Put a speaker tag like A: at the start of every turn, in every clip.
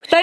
A: 二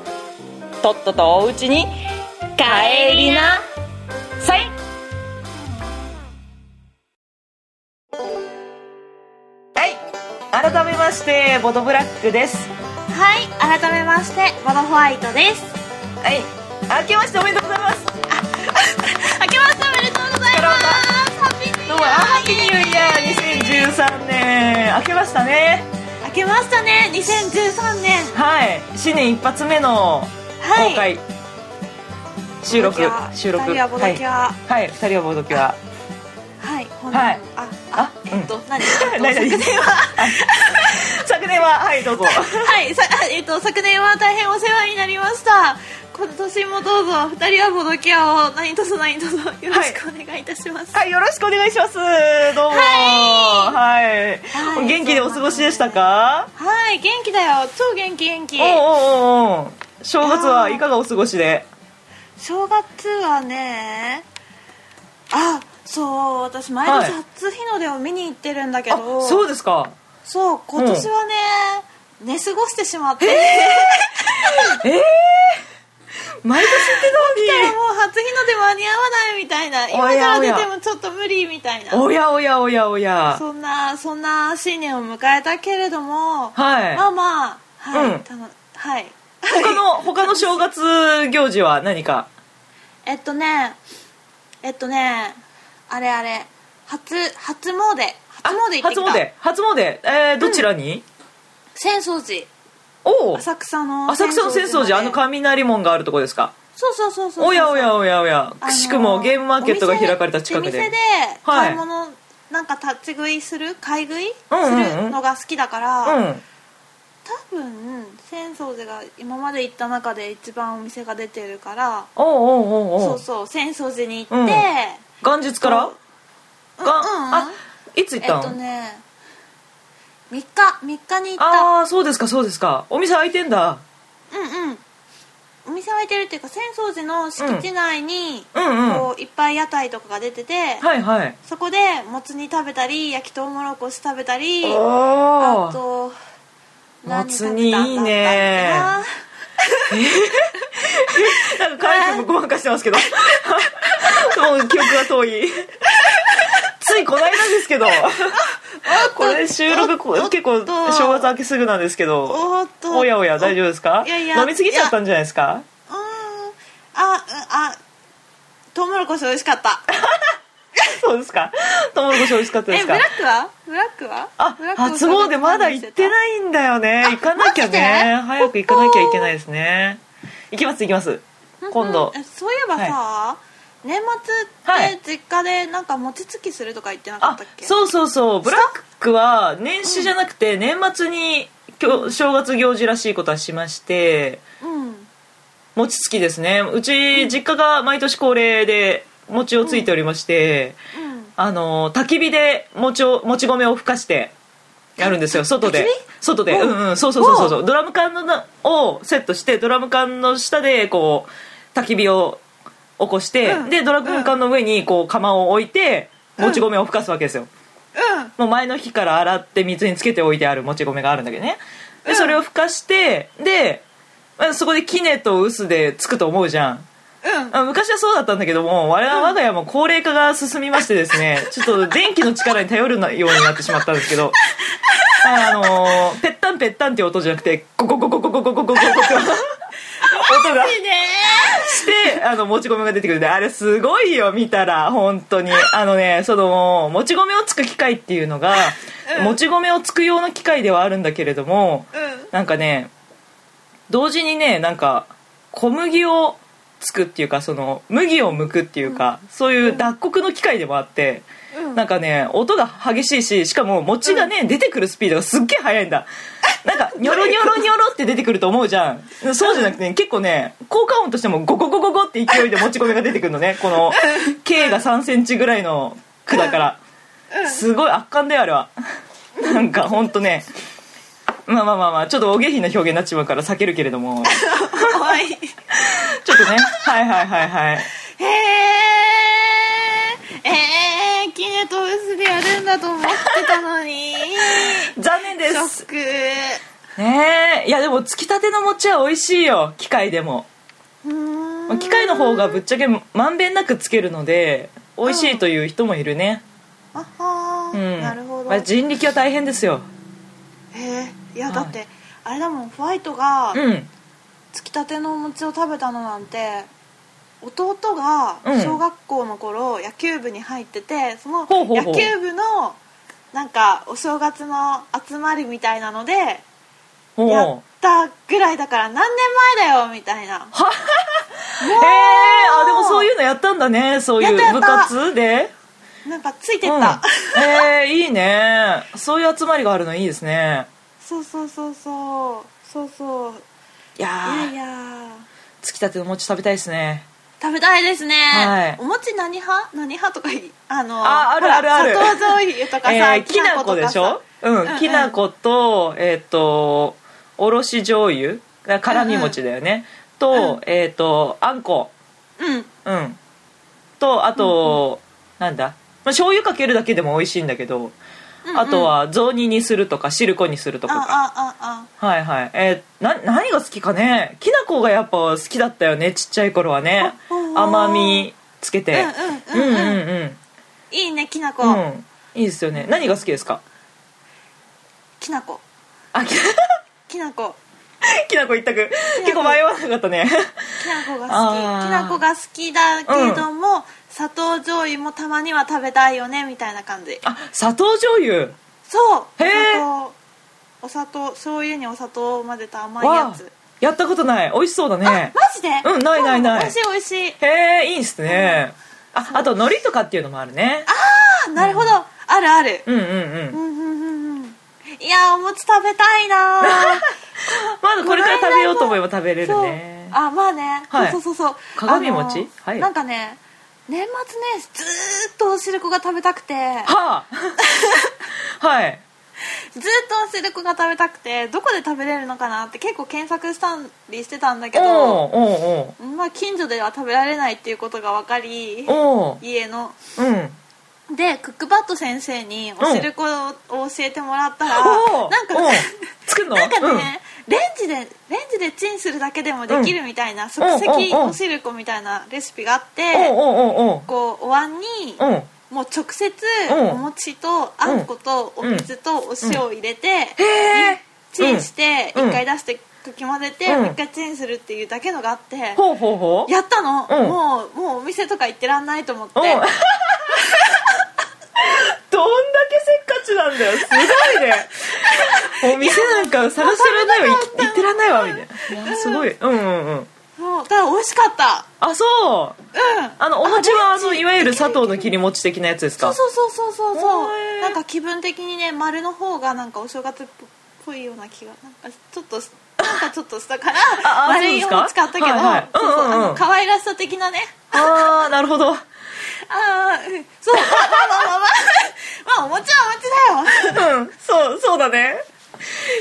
A: とっととおうちに帰りなさいはい改めましてボドブラックです
B: はい改めましてボドホワイトです
A: はい明けましておめでとうございます
B: 明けましておめでとうございますハッピーニューイ
A: どうもハッピーニューイヤー2013年明けましたね
B: ー明けましたね2013年
A: はい新年一発目の
B: はい
A: 公開、収録
B: ボドキュア
A: 収録
B: 二人はボドキュア
A: はい、はい、二人はボドキュア
B: はい本
A: はい
B: あ
A: あ
B: あ
A: うん
B: えっと何えっと
A: 何々
B: 昨年は
A: 昨年ははいどうぞ
B: はいさ あえっと昨年は大変お世話になりました今年もどうぞ二人はボドキアを何とぞ何とぞよろしくお願いいたします
A: はいよろしくお願いしますどうもはい、
B: はい
A: お元気でお過ごしでしたか
B: はい元気だよ超元気元気
A: おうおうおうおう正月はいかがお過ごしで
B: 正月はねあそう私毎年
A: はい
B: 初日の出を見に行ってるんだけ
A: あ
B: ど、
A: そうですか
B: そう今年はね、寝過ごしてしまって、
A: 毎年
B: 起きたら
A: っ
B: もう初日の出間に合わないみたいな今
A: おや
B: か
A: おや
B: ら出てもちょっと無理みたい
A: てのに
B: な
A: おやおやおやおや
B: そんなそんな新年を迎えたけれども、
A: はい
B: まあまあはい、
A: うん
B: たのはい
A: 他の他の正月行事は何か
B: えっとねえっとねあれあれ初初詣初詣行ってき
A: 初
B: た
A: 詣初詣えーどちらに、
B: 浅草寺
A: おお
B: 浅草の
A: 浅草の浅草寺あ
B: まで
A: の雷門があるとこですか
B: そうそうそうそう
A: おやおやおやおや
B: あの
A: くしくもゲームマーケットが開かれた近くで
B: お店で
A: はい
B: 買い物、なんか立ち食いする買い食いす
A: うんうんうん
B: るのが好きだから、
A: うん
B: 多分浅草寺が今まで行った中で一番お店が出てるから
A: おうおうおうお
B: そううそう浅草寺に行って、
A: うん元日から
B: そ
A: が
B: う、うんうん
A: あいつ行っ
B: え
A: た
B: っ
A: の、
B: とね3日3日に行った
A: ああそうですかそうですかお店開いてんだ
B: うんうんお店開いてるっていうか浅草寺の敷地内に、
A: うんうん
B: こういっぱい屋台とかが出てて、
A: はいはい
B: そこでもつ煮食べたり焼きとうもろこし食べたり
A: お
B: あ
A: お
B: と
A: もつ煮いいね
B: 何食べたんだったっ
A: なんか回復ごまかしてますけどもう記憶が遠いついこの間ですけどこれ収録こ
B: おっと
A: 結構正月明けすぐなんですけ
B: けな
A: ど
B: おーっと
A: おやおや大丈夫ですか
B: いやいや
A: 飲み過ぎちゃったんじゃないですか
B: うーんあうんあとうもろこし美味しかった
A: そうですかトウモロコシ美味しかったで
B: え
A: す
B: ブラ
A: か
B: ックはブラックは
A: あ
B: ブラック
A: 初詣まだ行ってないんだよね行かなきゃね
B: マジで
A: 早く行かなきゃいけないですね行きます行きます今度
B: うんうんえそういえばさ、年
A: はい
B: 末って実家でなんか餅つきするとか言ってなかっ
A: あ
B: たっけ、
A: そうそうそうブラックは年始じゃなくて年末に今日正月行事らしいことはしまして
B: うん
A: 餅つきですねうち実家が毎年恒例で餅をついておりまして、
B: うん
A: あの焚き火で餅をもち米をふかしてやるんですよ外で
B: 焚き火
A: 外で
B: お
A: うんうんそうそうそうそうそうドラム缶のなをセットしてドラム缶の下でこう焚き火を起こして、
B: うん
A: でドラム缶の上にこう釜を置いてもち米をふかすわけですよ、
B: うん
A: もう前の日から洗って水につけておいてあるもち米があるんだけどねでそれをふかしてでまあそこできねと臼でつくと思うじゃん
B: うん
A: あ昔はそうだったんだけども我々我が家も高齢化が進みましてですねちょっと電気の力に頼るようになってしまったんですけどあのー、ぺったんぺったんっていう音じゃなくてコココココココココココって音が
B: いいね
A: してあのもち米が出てくるんであれすごいよ見たら本当にあのねそのもち米をつく機械っていうのが、
B: うん
A: もち米をつく用の機械ではあるんだけれども
B: うん
A: なんかね同時にねなんか小麦をつくっていうかその麦を剥くっていうか、そういう脱穀の機械でもあって、
B: うん
A: なんかね音が激しいししかも餅がね、出てくるスピードがすっげえ速いんだなん かニョロニョロニョロって出てくると思うじゃんそうじゃなくて、ね、結構ね効果音としてもゴゴゴゴゴって勢いでもち米が出てくるの ねこの K が3センチぐらいの句だからすごい圧巻だよあれはなんかほんとねまあまあまあまあちょっとお下品な表現になっちまうから避けるけれど も
B: 可愛い
A: ちょっとねはいはいはいはい
B: へええー、キネとウスでやるんだと思ってたのに
A: 残 念で
B: ショ
A: す
B: ック
A: ねえいやでもつきたての餅は美味しいよ機械でも
B: うー
A: まあ
B: ん
A: 機械の方がぶっちゃけまんべんなくつけるので美味しいという人もいるね
B: あは
A: う
B: ー
A: ん
B: なるほど
A: まあ、人力は大変ですよ
B: へえいや
A: はい
B: だって、あれだもんホワイトが
A: うん
B: つきたてのお餅を食べたのなんて弟が
A: うん
B: 小学校の頃野球部に入っててその
A: ほうほうほ
B: 野
A: う
B: 球部のなんかお正月の集まりみたいなので
A: お
B: や
A: お
B: ったぐらいだから何年前だよみたいな
A: へえあでもそういうのやったんだねそうい
B: やった
A: う
B: や
A: 部
B: った
A: 活で
B: なんかついて
A: う
B: っ
A: ん
B: た、
A: えー、いいねそういう集まりがあるのいいですね
B: そうそうそうそうそうそう
A: いやー
B: いやいや
A: つきたての餅食べたいですね
B: 食べたいですね、
A: はい
B: お餅何派何派とかいあの
A: あある
B: ほら
A: あるある
B: 砂糖醤油とかさ、
A: えー、きな粉でしょうん、
B: うん
A: きな粉とえっ、とおろし醤油が辛み餅だよね、と、
B: うん
A: えっ、とあんこ
B: うん
A: うんとあと、なんだ、まあ、醤油かけるだけでも美味しいんだけど、
B: うん
A: あとは雑煮にするとか汁粉にすると
B: あ
A: かか
B: ああ
A: はいはいえーな何が好きかねきな粉がやっぱ好きだったよねちっちゃい頃はね
B: あおー
A: 甘みつけて
B: うんうんうんう
A: う
B: ん
A: んうん
B: いいねきなこ、
A: うん、うん、いいですよね何が好きですか
B: きなこ
A: あき
B: きなこ
A: きなこ一択結構迷わなかったね
B: きなこが
A: あ
B: 好
A: ー
B: ききなこが好きだけども、砂糖醤油もたまには食べたいよねみたいな感じ
A: あ砂糖醤油
B: そう
A: へー
B: 砂糖お砂糖醤油にお砂糖を混ぜた甘いや
A: わあ
B: つ
A: やったことない美味しそうだね
B: マジで
A: うんないないない
B: 美味しい美味しい
A: へえいいんすねああと海苔とかっていうのもあるね
B: あなるほど、あるある
A: うんうん
B: う
A: うんん
B: うんうんうんいやーお餅食べたいなー
A: まだこれから食べようと思えば食べれる
B: そう
A: ね
B: あまあね、
A: はい
B: そうそうそうそう
A: 鏡餅
B: あのー
A: はい
B: なんかね年末年始ずーっとおしるこが食べたくて
A: はあはい
B: ずーっとおしるこが食べたくてどこで食べれるのかなって結構検索したりしてたんだけ
A: お
B: ど、
A: おお
B: まあ、近所では食べられないっていうことが分かり
A: うおうお
B: 家の
A: ううん
B: でクックパッド先生におしるこを教えてもらったら、
A: おお
B: なんか、
A: おう作るの
B: なんかね、レンジでレンジでチンするだけでもできるみたいな、即席おしるこみたいなレシピがあって、
A: うんおうおうおう
B: こうお椀に
A: おううん
B: もう直接
A: うん
B: お餅とあんことお
A: うん
B: 水とお塩を入れて、
A: へえ
B: チンして
A: うん
B: 一回出してかき混ぜて、
A: うん
B: もう一回チンするっていうだけのがあって、
A: ほうほうほう
B: やったの、
A: うん
B: もうもうお店とか行ってらんないと思 って
A: おうどんだけせっかちなんだよすごいね お店なんか探してらんないわ行行ってらんないわみたいないやすごいうんうんうん
B: そうただ美味しかった
A: あそう
B: うん
A: あのお餅はあのいわゆる砂糖の切り餅的なやつです
B: そう
A: か
B: そうそうそうそうそ
A: へ
B: う
A: ー
B: なんか気分的にね丸の方がなんかお正月っぽいような気がなんかちょっとなんかちょっとしたから
A: ああ
B: 丸い
A: そ
B: お
A: うで
B: 餅
A: すか
B: 買ったけ
A: は
B: ど
A: いはい
B: そうそう
A: うんうんうん
B: あの可愛らしさ的なね
A: ああなるほど
B: ああうんそうまあまあまあまあまあまあお餅はお餅だよ
A: うん、そう、そうだね。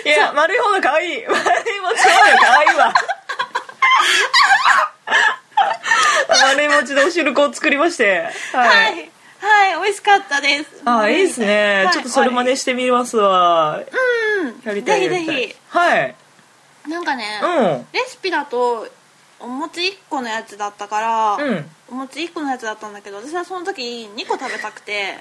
A: いや、丸い方が可愛い。丸いもちの方が可愛いわ。 丸い餅でお汁粉を作りまして。
B: は
A: はい。
B: いはい美味しかったです
A: あー、いいですね。
B: はい
A: ちょっとそれ真似してみますわ。
B: うん
A: やりたい。
B: ぜ
A: やり
B: ひ
A: たい
B: ぜひ
A: はい。
B: なんかね
A: うん。
B: レシピだとお餅1個のやつだったから
A: うん。
B: お餅1個のやつだったんだけど私はその時2個食べたくて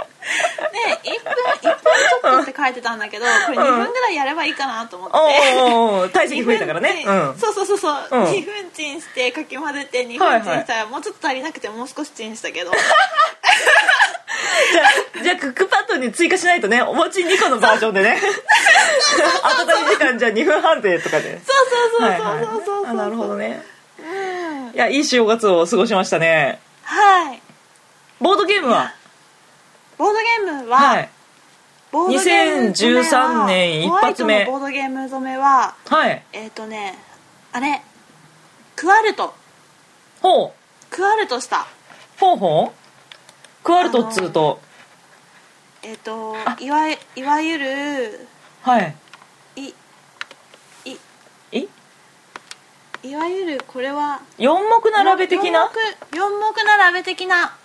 B: で1分1分ちょっとって書いてたんだけどこれ2分ぐらいやればいいかなと思って
A: おーおー おー体積
B: 2
A: 増
B: 分
A: えたからね。
B: チン
A: うん。
B: そうそうそうそう、
A: うん
B: 2分チンしてかき混ぜて2分チンしたら、もうちょっと足りなくてもう少しチンしたけど
A: じゃあ、じゃあ、クックパッドに追加しないとね、お餅2個のバージョンで ね。 温め時間じゃあ2分半でとかで。
B: そうそう
A: はい
B: そうそうそうそうそう、
A: はいあなるほどね。
B: うん
A: いや、いい正月を過ごしましたね。
B: はい
A: ボードゲームは
B: ボードゲームは、
A: はい。
B: ボボードゲーム染めは
A: 2013年一発目
B: ホワイトのボードゲーム染めは
A: はい
B: えっ、とねあれクワルト
A: ほう
B: クワルトした
A: ほうほうクワルトっつうと
B: えっ、といわゆいわゆる
A: はい
B: い
A: え
B: いわゆるこれは
A: 4目並べ的な
B: 4目四目並べ的な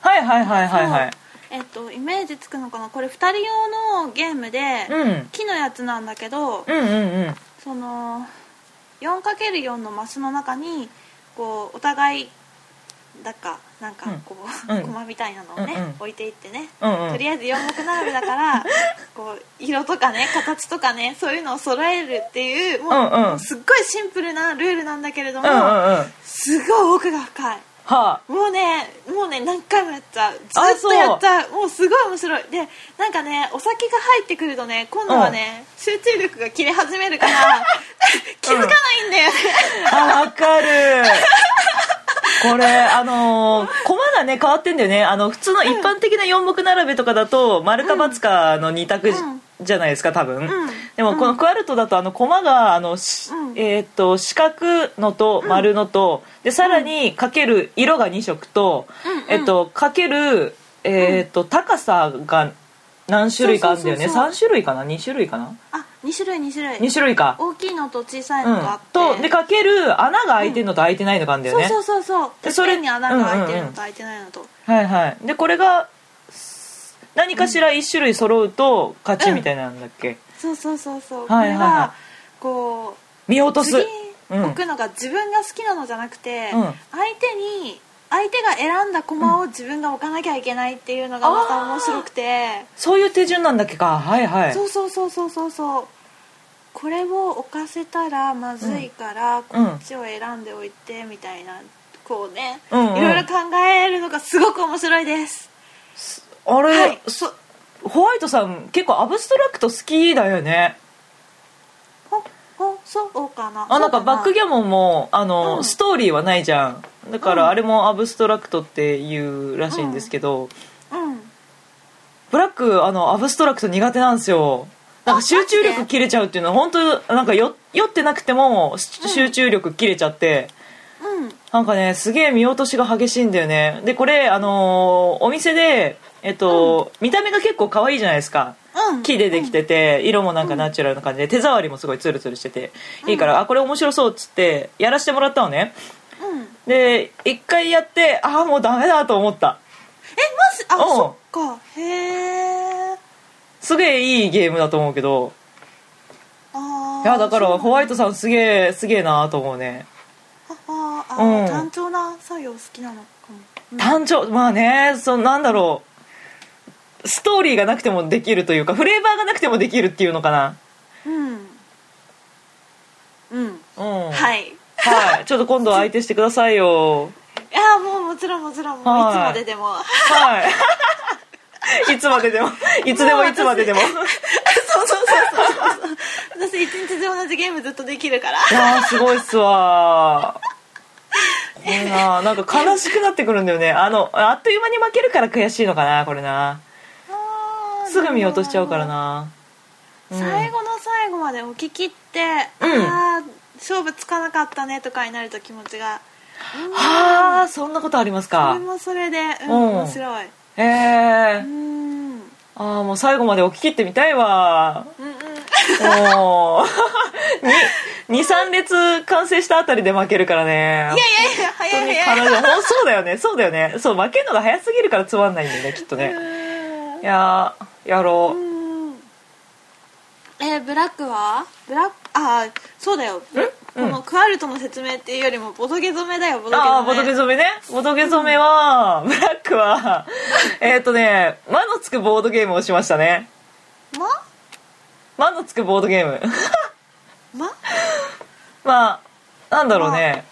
A: はいはいはいはいはい
B: えっ、とイメージつくのかなこれ2人用のゲームで、
A: うん
B: 木のやつなんだけど、
A: うんうんうん
B: その 4×4 のマスの中にこうお互いだかなんか
A: うん
B: こう、
A: うん
B: 駒みたいなのをね、
A: うんうん
B: 置いていってね、
A: うんう
B: と
A: ん
B: りあえず4目並べだから こう色とかね形とかねそういうのを揃えるっていうもう,、
A: うんうん
B: もうすっごいシンプルなルールなんだけれども、
A: うんうんうん
B: すごい奥が深い。
A: は
B: もうねもうね何回もやっちゃうず
A: あ
B: っとやっちゃうもうすごい面白いでなんかねお酒が入ってくるとね今度はね、集中力が切れ始めるから 気づかないんだよね、
A: ああわかるこれあのー、駒がね変わってんだよねあの普通の一般的な四目並べとかだと丸か×かの二択じ,、
B: うん
A: じゃないですか多分、
B: うん
A: でもこのクワルトだとあの駒があの、し
B: うん
A: えーっと四角のと丸のと、でさらにかける色が2色と、
B: うんうん
A: えっとかけるえーっと高さが何種類かあるんだよね
B: そうそうそうそう
A: 3種類かな2種類かな
B: あ二2種類2種類
A: 2種類か、
B: 大きいのと小さいのがあって、
A: うん、とでかける穴が開いてるのと開いてないのがあるんだよ
B: そう
A: ね、
B: そうそうそう
A: で
B: で
A: そ
B: そ
A: れ
B: れに穴が開い
A: うん
B: てる
A: うん
B: の
A: うん
B: と開いてないのと、
A: はいはいでこれがす何かしら1種類揃うと勝ちみたいなんだっけ、
B: そうそうそうそう、
A: はいはいはい
B: これはこう
A: 見落とす
B: 次
A: うん
B: 置くのが自分が好きなのじゃなくて、
A: うん
B: 相手に相手が選んだ駒を自分が置かなきゃいけないっていうのがまた面白くて、
A: そういう手順なんだっけかはいはい
B: そうそうそうそうそうそうこれを置かせたらまずいから、こっちを選んでおいてみたいなこうね、
A: うんうん
B: いろいろ考えるのがすごく面白いです、
A: あれ、
B: はい
A: そホワイトさん結構アブストラクト好きだよね
B: ほほそうかな
A: あなんかバックギャモンもあの、
B: うん
A: ストーリーはないじゃんだか
B: う
A: ら
B: ん
A: あれもアブストラクトっていうらしいんですけど、
B: ャうん
A: ブラックあのアブストラクト苦手なんですよなんか集中力切れちゃうっていうのは本当なんかよ酔ってなくてもし集中力切れちゃって、
B: うん
A: なんかねすげえ見落としが激しいんだよねでこれあのーお店でえっと、見た目が結構可愛いじゃないですか
B: うん
A: 木でできてて色もなんかナチュラルな感じで手触りもすごいツルツルしてていいからあこれ面白そうっつってやらせてもらったのね
B: うんえもし
A: で一回やってああもうダメだと思った
B: あ
A: うん
B: そっかへえ
A: すげえいいゲームだと思うけど
B: あ
A: いやだからホ
B: イ
A: ワイトさんすげえすげえなと思うね
B: トあーあ
A: うん
B: ー、単調な作業好きなのかも、うん
A: 単調まあねそのなんだろうストーリーがなくてもできるというかフレーバーがなくてもできるっていうのかな
B: うんうん
A: うんい、
B: はいい
A: はい、ちょっと今度相手してくださいよ
B: やもうもちろんもちろんもういつ
A: はい
B: まででも
A: はいいつ まででもいつでもいつまででも
B: そうそうそうそうそう私一日中同じゲームずっとできるから
A: いやーすごいっすわーこれななんか悲しくなってくるんだよねあのあっという間に負けるから悔しいのかなこれな すぐ見落としちゃうからな、うん
B: 最後の最後まで置き切って、
A: うん
B: ああ勝負つかなかったねとかになると気持ちが
A: はあそんなことあります
B: そ
A: か
B: れもそれで、うん、
A: うん
B: 面白い
A: へ
B: う
A: え
B: んうん
A: ああもう最後まで起き切ってみたいわ
B: うん
A: もう23列完成したあたりで負けるからね
B: いやいやいや早い
A: 本
B: 早い
A: 当に体もうそうだよねそうだよねそう負けるのが早すぎるからつまんないんだよねきっとねいやーやろう
B: うんえーブラックはブラックあーそうだよこ
A: うん
B: のクワルトの説明っていうよりもボドゲ染めだよボドゲ
A: ああ
B: 染め
A: ボトゲ染めねボトゲ染めは、ブラックはえーっとね「魔のつくボードゲーム」をしましたね
B: ま
A: 魔のつくボードゲーム
B: ま
A: まあなんだろうね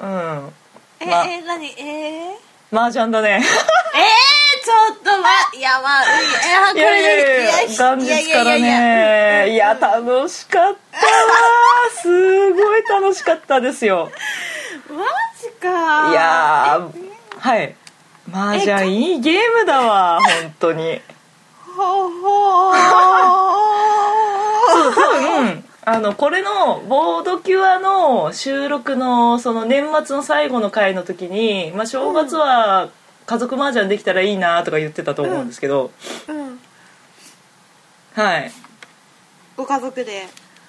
A: うん
B: え
A: ま
B: えー何えー、えー、
A: 麻雀だね
B: ちょっとまいやま あう
A: い
B: んいやこ
A: や
B: れ
A: いやいや元
B: いやい
A: 日か
B: や
A: ら
B: いやいや
A: ねいや楽しかったわすごい楽しかったですよ
B: マジか
A: いやーはい麻雀いいゲームだわ本当に
B: ほうほう
A: あのこれのボードキュアの収録のその年末の最後の回の時に、まあ、正月は家族麻雀できたらいいなとか言ってたと思うんですけど、
B: うん
A: はい
B: ご家族で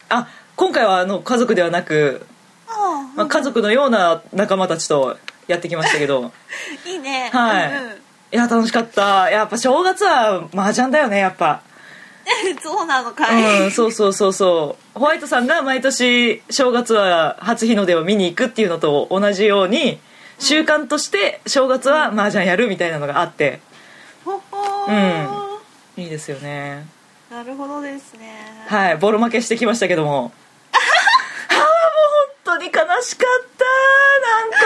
A: あ今回はあの家族ではなく、
B: ああ、
A: まあ、家族のような仲間たちとやってきましたけど
B: いいね
A: はい
B: うん
A: いや楽しかったやっぱ正月は麻雀だよねやっぱ。
B: うん、そうなのかい、
A: うん、そうそうそうそうホワイトさんが毎年正月は初日の出を見に行くっていうのと同じように習慣として正月は麻雀やるみたいなのがあって
B: ほほー
A: うんいいですよね
B: なるほどですね
A: はいボロ負けしてきましたけどもああもう本当に悲しかったなんかな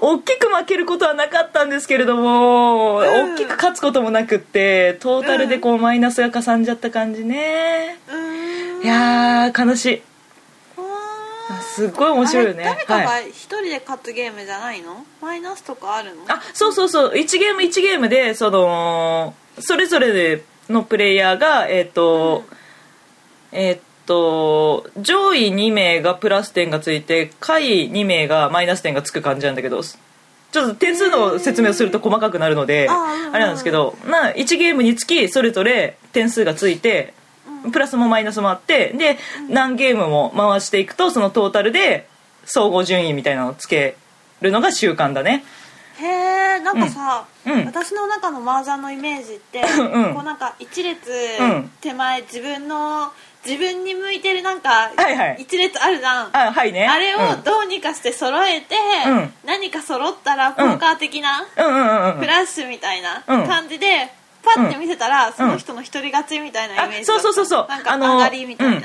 A: 大きく負けることはなかったんですけれども、大きく勝つこともなくってトータルでこうマイナスがかさんじゃった感じね、
B: うーん
A: いやー悲しい
B: あ
A: すっごい面白いよね
B: 誰か
A: は
B: が一人で勝つゲームじゃないの、マイナスとかあるの
A: あそうそうそう1ゲーム1ゲームでそのそれぞれのプレイヤーがえっ、と、えっ、と上位2名がプラス点がついて下位2名がマイナス点がつく感じなんだけどちょっと点数の説明をすると細かくなるので
B: あーうん
A: あれなんですけど、まあ、1ゲームにつきそれぞれ点数がついてプラスもマイナスもあってで何ゲームも回していくとそのトータルで総合順位みたいなのをつけるのが習慣だね。
B: へえなんかさ、
A: うんうん
B: 私の中の麻雀のイメージって、
A: うん
B: こうなんか一列
A: うん
B: 手前自分の自分に向いてるなんか
A: はいはい
B: 一列あるじゃん、
A: あはいね
B: あれ
A: うん
B: をどうにかして揃えて、
A: うん
B: 何か揃ったらポーカー的な、
A: うんうんうんうん
B: フラッシュみたいな
A: うん
B: 感じで、パッて見せたら、その人の一人勝ちみたいなイ
A: あ
B: メージだ
A: そう
B: った
A: そうそうそう
B: なんか上がりみたいな、
A: うん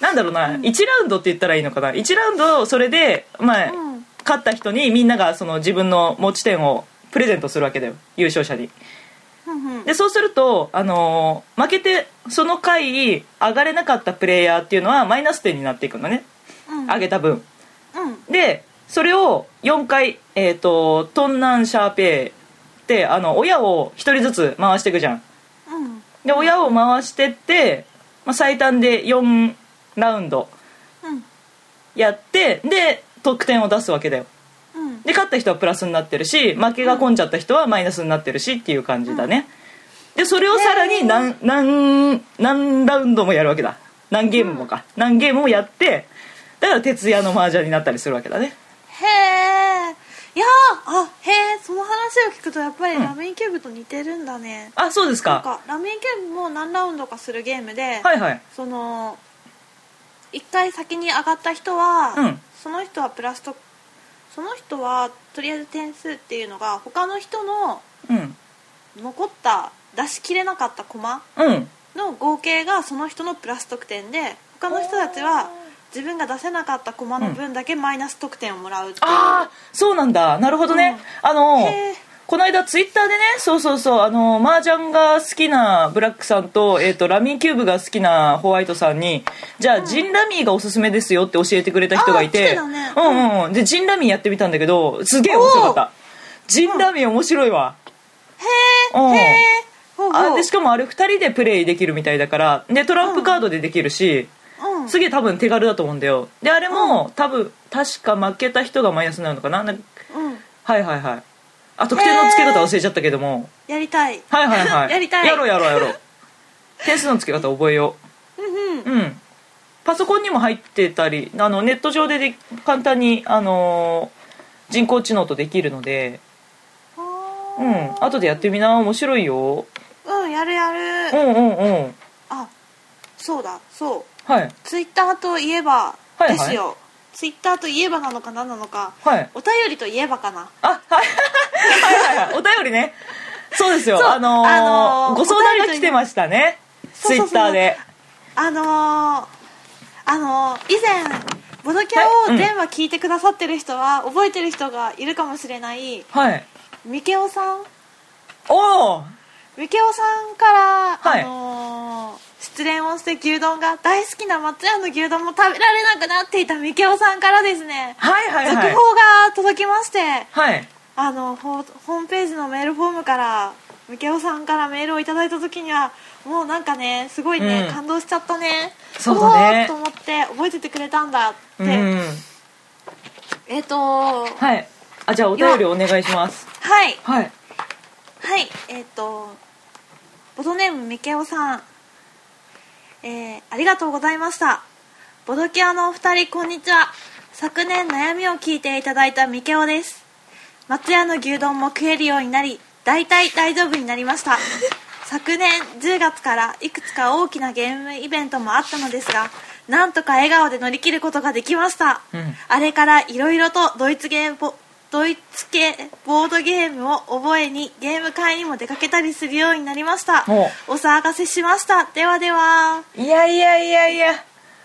A: なんだろうな、1ラウンドって言ったらいいのかな1ラウンドそれで、まあ
B: うん
A: 勝った人にみんながその自分の持ち点をプレゼントするわけだよ優勝者に
B: うんうん
A: でそうすると、あのー負けてその回上がれなかったプレイヤーっていうのはマイナス点になっていくのね
B: うん
A: 上げた分
B: うん
A: でそれを4回えっ、とトンナンシャーペイってあの親を1人ずつ回していくじゃん
B: うん
A: で親を回してって、まあ、最短で4ラウンド
B: うん
A: やってで得点を出すわけだよ
B: うん
A: で勝った人はプラスになってるし負けが込んじゃった人はマイナスになってるしっていう感じだね、でそれをさらに何何何ラウンドもやるわけだ何ゲームもか、何ゲームもやってだから徹夜の麻雀になったりするわけだね
B: へえいやーあへえその話を聞くとやっぱりラメインキューブと似てるんだね、
A: あそうです
B: な
A: か
B: んかラメインキューブも何ラウンドかするゲームで、
A: はいはい
B: その一回先に上がった人は、
A: うん
B: その人はプラスとその人はとりあえず点数っていうのが他の人の
A: うん
B: 残った出しきれなかった駒
A: うん
B: の合計がその人のプラス得点で他の人たちは自分が出せなかった駒の分だけマイナス得点をもらうっていう、
A: ああそうなんだなるほどね、あの
B: へー
A: この間ツイッターでねそうそうそうあの麻雀が好きなブラックさんと,、えー、とラミーキューブが好きなホワイトさんにじゃあ、ジンラミーがおすすめですよって教えてくれた人がいて
B: あー来て
A: う
B: たね
A: んうんうんでジンラミーやってみたんだけどすげえ面白かったジンラミー面白いわ、
B: へ
A: うん
B: えほうほ
A: あ
B: う
A: でしかもあれ2人でプレイできるみたいだからでトランプカードでできるし、
B: うん
A: すげえ多分手軽だと思うんだよであれも多分確か負けた人がマイナスになるのかななんか
B: うん
A: はいはいはいあ得点の付け方忘れちゃったけども、
B: やりたい
A: はいはいはい
B: やりたい
A: やろうやろうや ろう点数の付け方覚えよ
B: うんうん
A: ううんパソコンにも入ってたりあのネット上でで簡単に、あのー人工知能とできるのでう
B: あ
A: ん
B: ー
A: 後でやってみな面白いよ
B: うんやるや
A: う
B: る
A: んうんうん
B: あそうだそう
A: はい
B: ツイッターといえ
A: は
B: ば
A: いはい
B: ですよ、ツイッターといえばなのか何なのか
A: はい
B: お便りといえばかな
A: あはいはいはいはいお便りねそうですよ
B: そう
A: あのー
B: あのー
A: ご相談
B: お
A: が
B: 便り
A: 来てましたね
B: そう
A: ツイ
B: そうそう
A: ッターで
B: あのー、あのー、以前ボドキャ
A: はいうん
B: を全話聞いてくださってる人は、覚えてる人がいるかもしれない
A: はい
B: ミケオさん
A: おお
B: ミケオさんから、
A: はい
B: あのー失恋をして牛丼が大好きな松屋の牛丼も食べられなくなっていたミケオさんからですね、
A: はいはいはい
B: 続報が届きまして
A: はい
B: あのホホームページのメールフォームからミケオさんからメールをいただいた時にはもうなんかねすごいね、
A: うん
B: 感動しちゃったね
A: そうだね
B: おーと思って覚えててくれたんだっ
A: う
B: て、
A: ん
B: えっ、とは
A: はいあじゃあお便りお願いします
B: い
A: はい
B: はい、えっ、と、ボドネームみけおさん、えー、ありがとうございました。ボドキアのお二人、こんにちは。昨年悩みを聞いていただいたみけおです。松屋の牛丼も食えるようになり、大体大丈夫になりました。 昨年10月からいくつか大きなゲームイベントもあったのですが、なんとか笑顔で乗り切ることができました。
A: うん
B: あれからいろいろとドイツゲームボドイツ系ボードゲームを覚えにゲーム会にも出かけたりするようになりました
A: お
B: お騒がせしましたではではい
A: やいやいやいや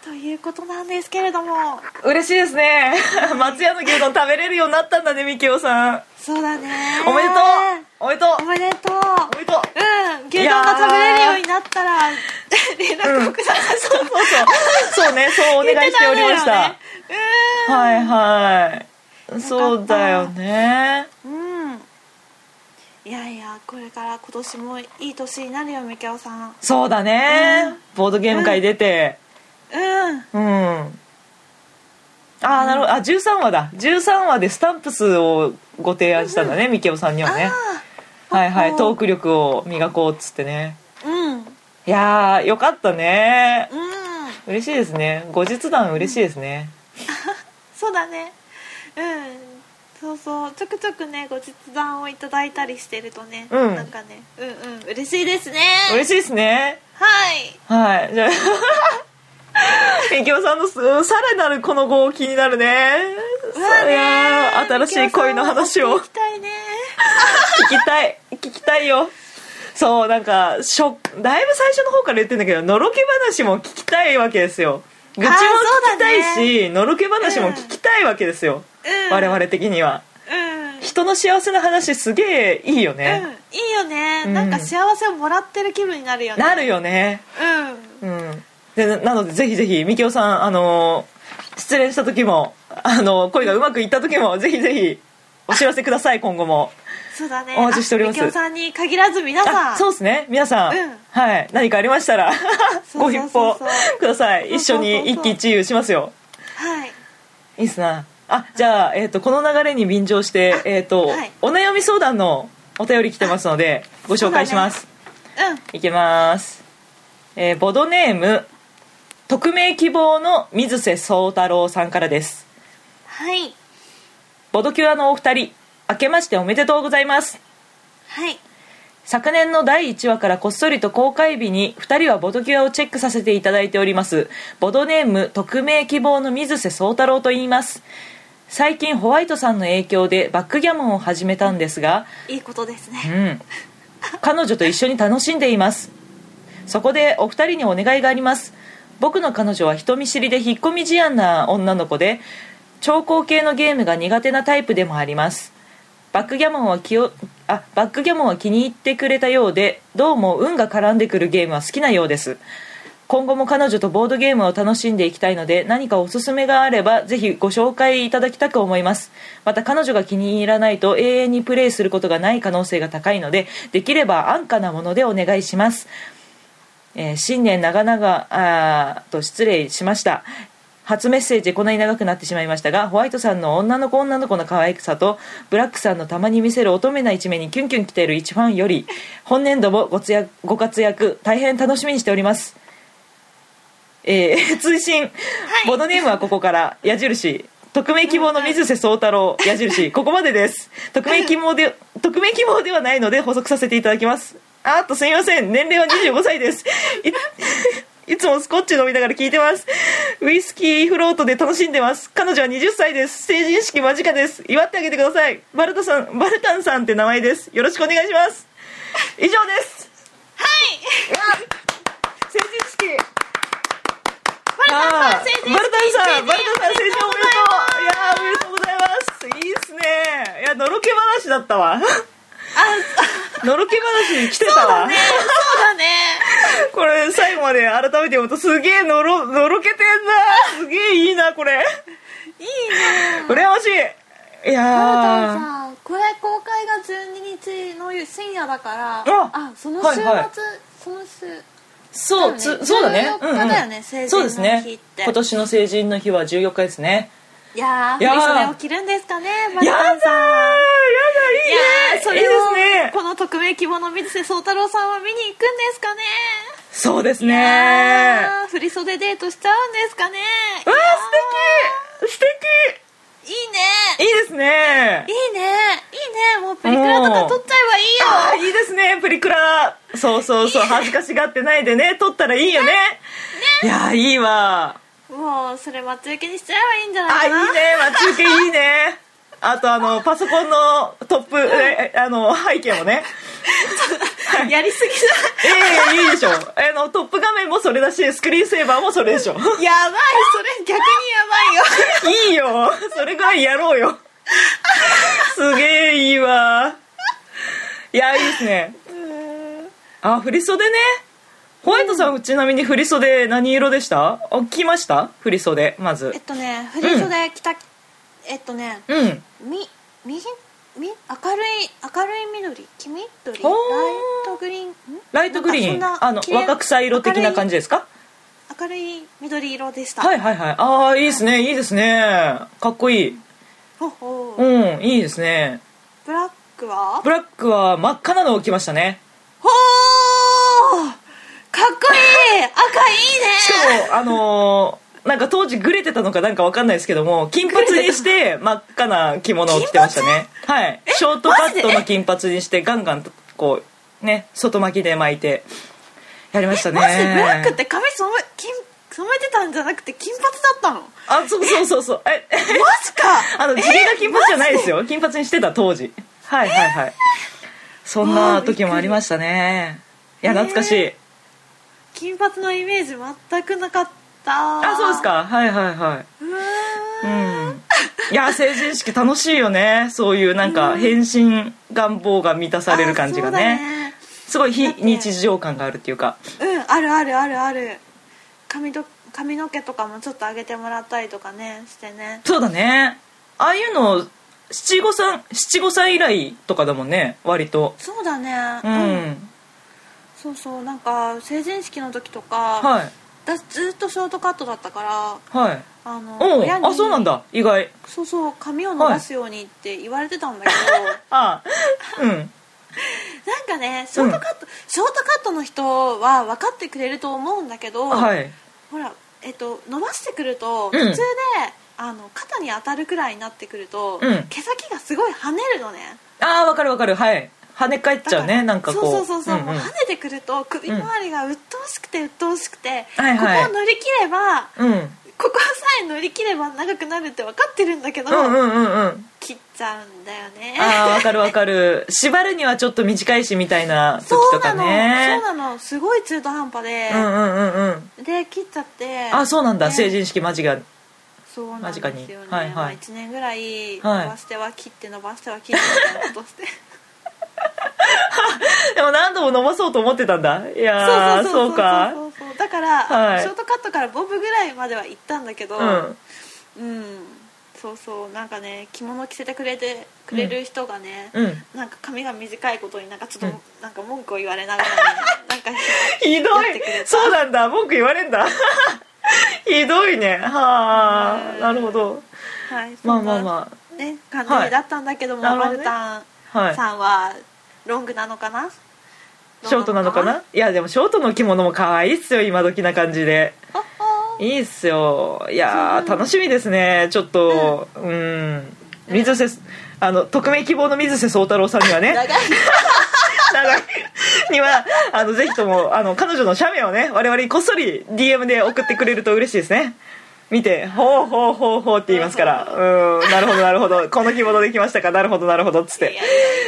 B: ということなんですけれども
A: 嬉しいですね 松屋の牛丼食べれるようになったんだねみきおさん
B: そうだね
A: おめでとうおめでとう
B: おめでとう
A: おめでとう
B: うん牛丼が食べれるようになったら 連絡をください、そ
A: そ
B: う
A: うそうそうねそうお願いしておりました、
B: うん、
A: はいはいそうだよね
B: うんいやいやこれから今年もいい年になるよみけおさん
A: そうだね、
B: うん
A: ボードゲーム会出て
B: うん
A: うん、ああなるほどあ13話だ13話でスタンプスをご提案したんだねみけおさんにはね
B: あー
A: はいはい
B: ほ
A: ト
B: ほ
A: ーク力を磨こうっつってね
B: うんうん
A: いやーよかったね嬉しいですね後日談嬉しいですね、
B: そうだねうんそうそうちょくちょくねご実談をいただいたりしてるとね、
A: うん
B: なんかねうんうん嬉しいですね
A: 嬉しいですね
B: はい
A: はいじゃあ みけおさんのすさらなるこの後気になるね
B: うわ
A: いや
B: ね
A: ー新しい恋の話を
B: 聞きたいね
A: 聞きたい聞きたいよそうなんかしょだいぶ最初の方から言ってんだけどのろけ話も聞きたいわけですよ愚痴も聞きたい
B: あーそう
A: し、のろけ話も聞きたいわけですよ、
B: うん
A: 我々的には
B: うん
A: 人の幸せな話すげえいいよ
B: うん
A: ね、、
B: いいよね、
A: うん
B: なんか幸せをもらってる気分になるよね
A: なるよね
B: うん
A: うんでななのでぜひぜひみきおさんあのー失恋した時もあのー恋がうまくいった時もぜひぜひお知らせください今後も
B: そうだね
A: お待ちしております
B: あみきおさんに限らず皆さ
A: あ
B: ん
A: そうですね皆さん、
B: うん
A: はい何かありましたら
B: そうそうそうそう
A: ご一報ください一緒に一喜一憂しますよ
B: はい
A: いいっすなあじゃあ、えー、とこの流れに便乗して、えーと
B: はい
A: お悩み相談のお便り来てますのでご紹介します、
B: うん
A: いけます、えーボドネーム匿名希望の水瀬宗太郎さんからです
B: はい
A: ボドキュアのお二人明けましておめでとうございます
B: はい
A: 昨年の第1話からこっそりと公開日に2人はボドキュアをチェックさせていただいておりますボドネーム匿名希望の水瀬宗太郎と言います最近ホワイトさんの影響でバックギャモンを始めたんですが
B: いいことです
A: う
B: ね
A: ん彼女と一緒に楽しんでいますそこでお二人にお願いがあります僕の彼女は人見知りで引っ込み思案な女の子で長考系のゲームが苦手なタイプでもありますバックギャモンは気をあバックギャモンは気に入ってくれたようでどうも運が絡んでくるゲームは好きなようです今後も彼女とボードゲームを楽しんでいきたいので何かおすすめがあればぜひご紹介いただきたく思いますまた彼女が気に入らないと永遠にプレイすることがない可能性が高いのでできれば安価なものでお願いします、えー新年長々あーと失礼しました初メッセージでこんなに長くなってしまいましたがホワイトさんの女の子女の子の可愛さとブラックさんのたまに見せる乙女な一面にキュンキュン来ている一ファンより本年度もごつやご活躍大変楽しみにしておりますえー追伸、ボードネームはここから矢印匿名希望の水瀬宗太郎矢印ここまでです匿名希望で匿名希望ではないので補足させていただきますあーっとすみません年齢は25歳ですいいつもスコッチ飲みながら聞いてますウイスキーフロートで楽しんでます彼女は20歳です成人式間近です祝ってあげてくださいバルタさんバルタンさんって名前ですよろしくお願いします以上です成人式バルタンさん、バルタンさん、成人おめでとう。い
B: バルタンさん成人式
A: やー、おめでとうございます。いいっすね。いや、のろけ話だったわ。 のろけ話に来てたわ。
B: ねそうだね
A: これ、最後まで改めて読むと、すげえのろ、のろけてんな。すげえいいな、これ。
B: いいね
A: 羨ましい。い
B: バルタン
A: やー。
B: さんこれ公開が12日の深夜だから
A: あ
B: その週末、
A: はいはい
B: その週
A: そう、
B: だよね
A: つそうだね。
B: 14日だよね成人の日って
A: そうですね。今年の成人の日は14日ですね。
B: いやー
A: いやー
B: 振り袖を着るんですかねマリ
A: やだー
B: カ
A: や
B: ンさん
A: だいいね
B: そ
A: いい
B: れ
A: です
B: を
A: ね。
B: この匿名希望の水瀬宗太郎さんは見に行くんですかね
A: そうですね。わ
B: あー振り袖デートしちゃうんですかね
A: ー素敵素敵
B: いいね
A: いいですね
B: いいねいいねもうプリクラとか撮っちゃえば
A: あ
B: いい
A: ー
B: よ
A: いいですねプリクラそうそうそう恥ずかしがってないでね撮ったらいいよねいやーいいわ
B: もうそれ待ち受けにしちゃえばいいんじゃな
A: あいい
B: いかな
A: ね待ち受けいいねあとあのパソコンのトップえあの背景もね
B: やりすぎだ
A: ええいいでしょあのトップ画面もそれだしスクリーンセーバーもそれでしょ
B: やばいそれ逆
A: い
B: にやばいよ
A: いよそれぐらいやろうよすげえいいわいやいいですねあ振袖ねホワイトさん、ちなみに振袖何色でしたあ着ました振袖まず
B: えっとね振り袖着た、えっとね
A: うん
B: みみみ明るい明るい緑黄緑ライ
A: おー
B: トグリーンん
A: ライトグリーン
B: なんか
A: あの
B: そんな
A: 若草色的な感じですか
B: 明るい明るい緑色でした
A: はいいはいはいああいいですねいいですねかっこいい
B: ほほ
A: うんいいですね
B: ブラックは
A: ブラックは真っ赤なのを着ましたね
B: ほーかっこいい赤いいね
A: しかもあのーなんか当時グレてたのかなんかわかんないですけども金髪にして真っ赤な着物を着てましたねはいショートカットの金髪にしてガンガンとこうね外巻きで巻いてやりましたね
B: マジでブラックって髪染め金染めてたんじゃなくて金髪だったのマ
A: あそうそうそうそうえ
B: ジか
A: あの地毛が金髪じゃないですよ金髪にしてた当時はいはいはいそんな時もありましたねいや懐かしい、
B: 金髪のイメージ全くなかった
A: あそうですかはいはいはいう
B: ーん
A: うんいや成人式楽しいよねそういうなんか変身願望が満たされる感じが
B: あ
A: ねすごい非
B: だって
A: 日常感があるっていうか
B: そうだねうんあるあるあるある髪ど髪の毛とかもちょっと上げてもらったりとかねしてね
A: そうだねああいうの七五三七五三以来とかだもんね割と
B: そうだね
A: うん、
B: そうそうなんか成人式の時とか、
A: はい
B: 私ずっとショートカットだったから
A: はい
B: あの
A: おう
B: 親に
A: あそうなんだ意外
B: そうそう髪を伸ばすようにって言われてたんだけど、
A: あうん
B: なんかねショートカット、ショートカットの人は分かってくれると思うんだけど、
A: はい
B: ほら、えっと、伸ばしてくると
A: うん
B: 途中で、あの肩に当たるくらいになってくると、
A: うん
B: 毛先がすごい跳ねるのね
A: ああわかるわかるはい跳ね返っ
B: だ
A: ちゃうねなんかこう
B: そうそうそうそう、
A: んん
B: もう跳ねてくると首周りが鬱陶しくて鬱陶しくて、
A: はいはい
B: ここを乗り切れば
A: うん
B: ここさえ乗り切れば長くなるって分かってるんだけど、
A: うんうんうんうん
B: 切っちゃうんだよね
A: あーわかるわかる縛るにはちょっと短いしみたいな時
B: そ
A: と
B: うな
A: か
B: の、
A: ね
B: そうなのすごい中途半端で、
A: うんうんうんうん
B: で切っちゃって
A: あそうなんだ、
B: ね
A: 成人式間違い
B: そうなんですよ
A: 間近
B: ね、
A: に
B: ま
A: はいはい
B: あ、1年ぐらい伸
A: はい
B: ばしては切って伸ばしては切ってみたいなことして
A: でも何度も伸ばそうと思ってたんだいや
B: そう
A: ー
B: そう
A: そ
B: そうう
A: か
B: そうそうそうだから、
A: はい
B: ショートカットからボブぐらいまでは行ったんだけど
A: うん
B: うんそうそうなんかね着物着せてくれてくれる人がね、
A: うん
B: なんか髪が短いことになんかちょっと、
A: うん
B: なんか文句を言われながらねな んか
A: ひど
B: やってくれ
A: い
B: た
A: そうなんだ文句言われんだ ひどいねはあなるほど
B: はい
A: まあまあま
B: あね感じだったんだけども、
A: はい
B: マルタン
A: あはい
B: さんはロングなのかな、
A: ショートなのかないやでもショートの着物も可愛いっすよ今時な感じで
B: おっほー
A: いいっすよいやー楽しみですねちょっとうん、水瀬あの匿名希望の水瀬宗太郎さんにはね
B: 長い
A: 長いにはあのぜひともあの彼女の写メをね我々こっそり DM で送ってくれると嬉しいですね見て「ほうほうほうほう」って言いますからうんなるほどなるほどこの着物できましたかなるほどなるほどっつって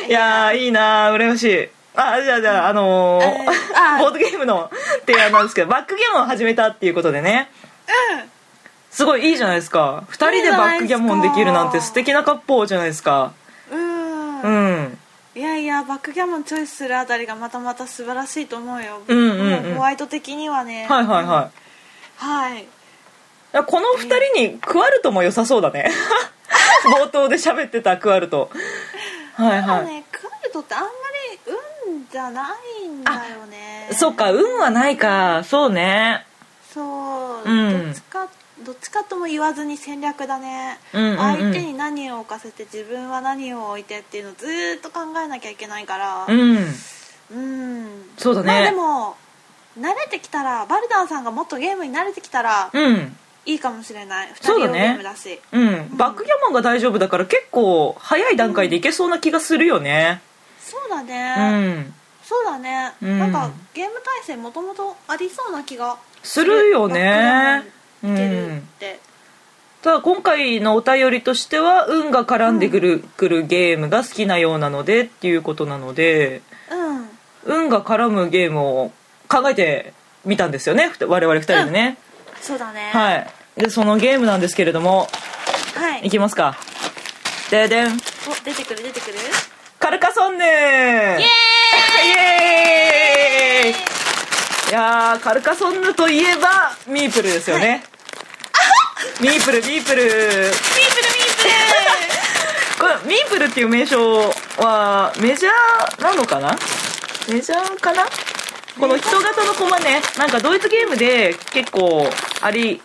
A: いやーいいなー羨ましいあじゃあじゃああのー
B: えー あー
A: ボードゲームの提案なんですけどバックギャモン始めたっていうことでねすごいいいじゃないですか2人でバックギャモンできるなんて素敵なカッじゃないですか
B: うん、
A: うん
B: いやいやバックギャモンチョイスするあたりがまたまた素晴らしいと思うよ、
A: うんうんうん
B: もホワイト的にはね
A: はいはいはい
B: はい
A: いやこの二 人にクワルトも良さそうだね冒頭で喋ってたクワルトはい
B: でも
A: はい
B: ねカルトってあんまり運じゃないんだよね
A: そっか運はないかそうね
B: そう、
A: うん
B: どっちかどっちかとも言わずに戦略だね、
A: うんうんうん
B: 相手に何を置かせて自分は何を置いてっていうのをずーっと考えなきゃいけないから
A: うん
B: うん
A: そうだね
B: まあでも慣れてきたらバルダンさんがもっとゲームに慣れてきたら
A: うん
B: いいかもしれない2人
A: そうだ
B: 用
A: ね
B: ゲームだし
A: うん、バックギャモンが大丈夫だから結構早い段階でいけそうな気がするよね
B: そうだ
A: う
B: ね、
A: ん
B: そうだね、
A: うん
B: なんかゲーム体制もともとありそうな気が
A: するよねう
B: バックギャモンいけるっ
A: ん
B: て、
A: ただ今回のお便りとしては運が絡んでくる,、くるゲームが好きなようなのでっていうことなので
B: うん
A: 運が絡むゲームを考えてみたんですよねふた我々2人でね、
B: そうだね
A: はいでそのゲームなんですけれども
B: はい
A: いきますかででん
B: お出てくる出てくる
A: カルカソンヌイエーイいやーカルカソンヌといえばミープルですよね、ミープルミープル
B: ミープルミープル
A: これミープルっていう名称はメジャーなのかなメジャーかなこの人型の駒ねなんかドイツゲームで結構あり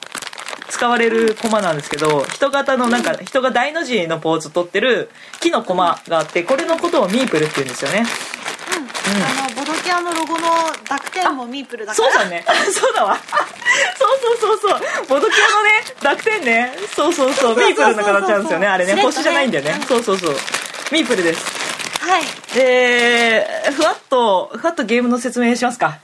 A: 使われる駒なんですけど人型のなんか人が大の字のポーズ取ってる木の駒があってこれのことをミープルって言うんですよね
B: うん、あのボドキアのロゴの濁点もミープルだから
A: そうだ ねそうだわそうそうそうそうボドキアのね濁点ねそうそうそうミープルの形なんですよねあれ
B: ス
A: ね
B: レッドね
A: 星じゃないんだよね
B: うん
A: そうそうそうミープルです
B: はい
A: でふわっとふわっとゲームの説明しますか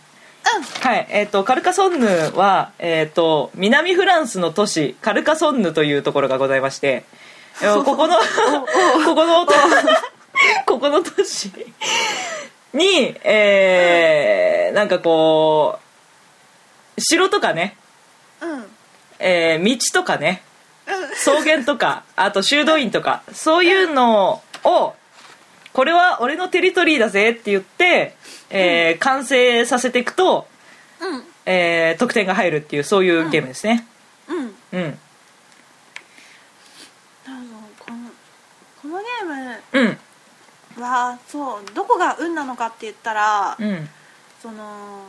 B: うん
A: はいえっ、とカルカソンヌは、えっと南フランスの都市カルカソンヌというところがございましてえーここのここの都 ここの都市にえーなんかこう城とかね、
B: うん
A: えー道とかね草原とかあと修道院とかそういうのをこれは俺のテリトリーだぜって言って、えー完成させていくと、
B: うん
A: えー得点が入るっていうそういうゲームですね
B: うんうん
A: うん、
B: なんだろうこのこのゲー
A: うん
B: ムはそうどこが運なのかって言ったら、
A: うん
B: その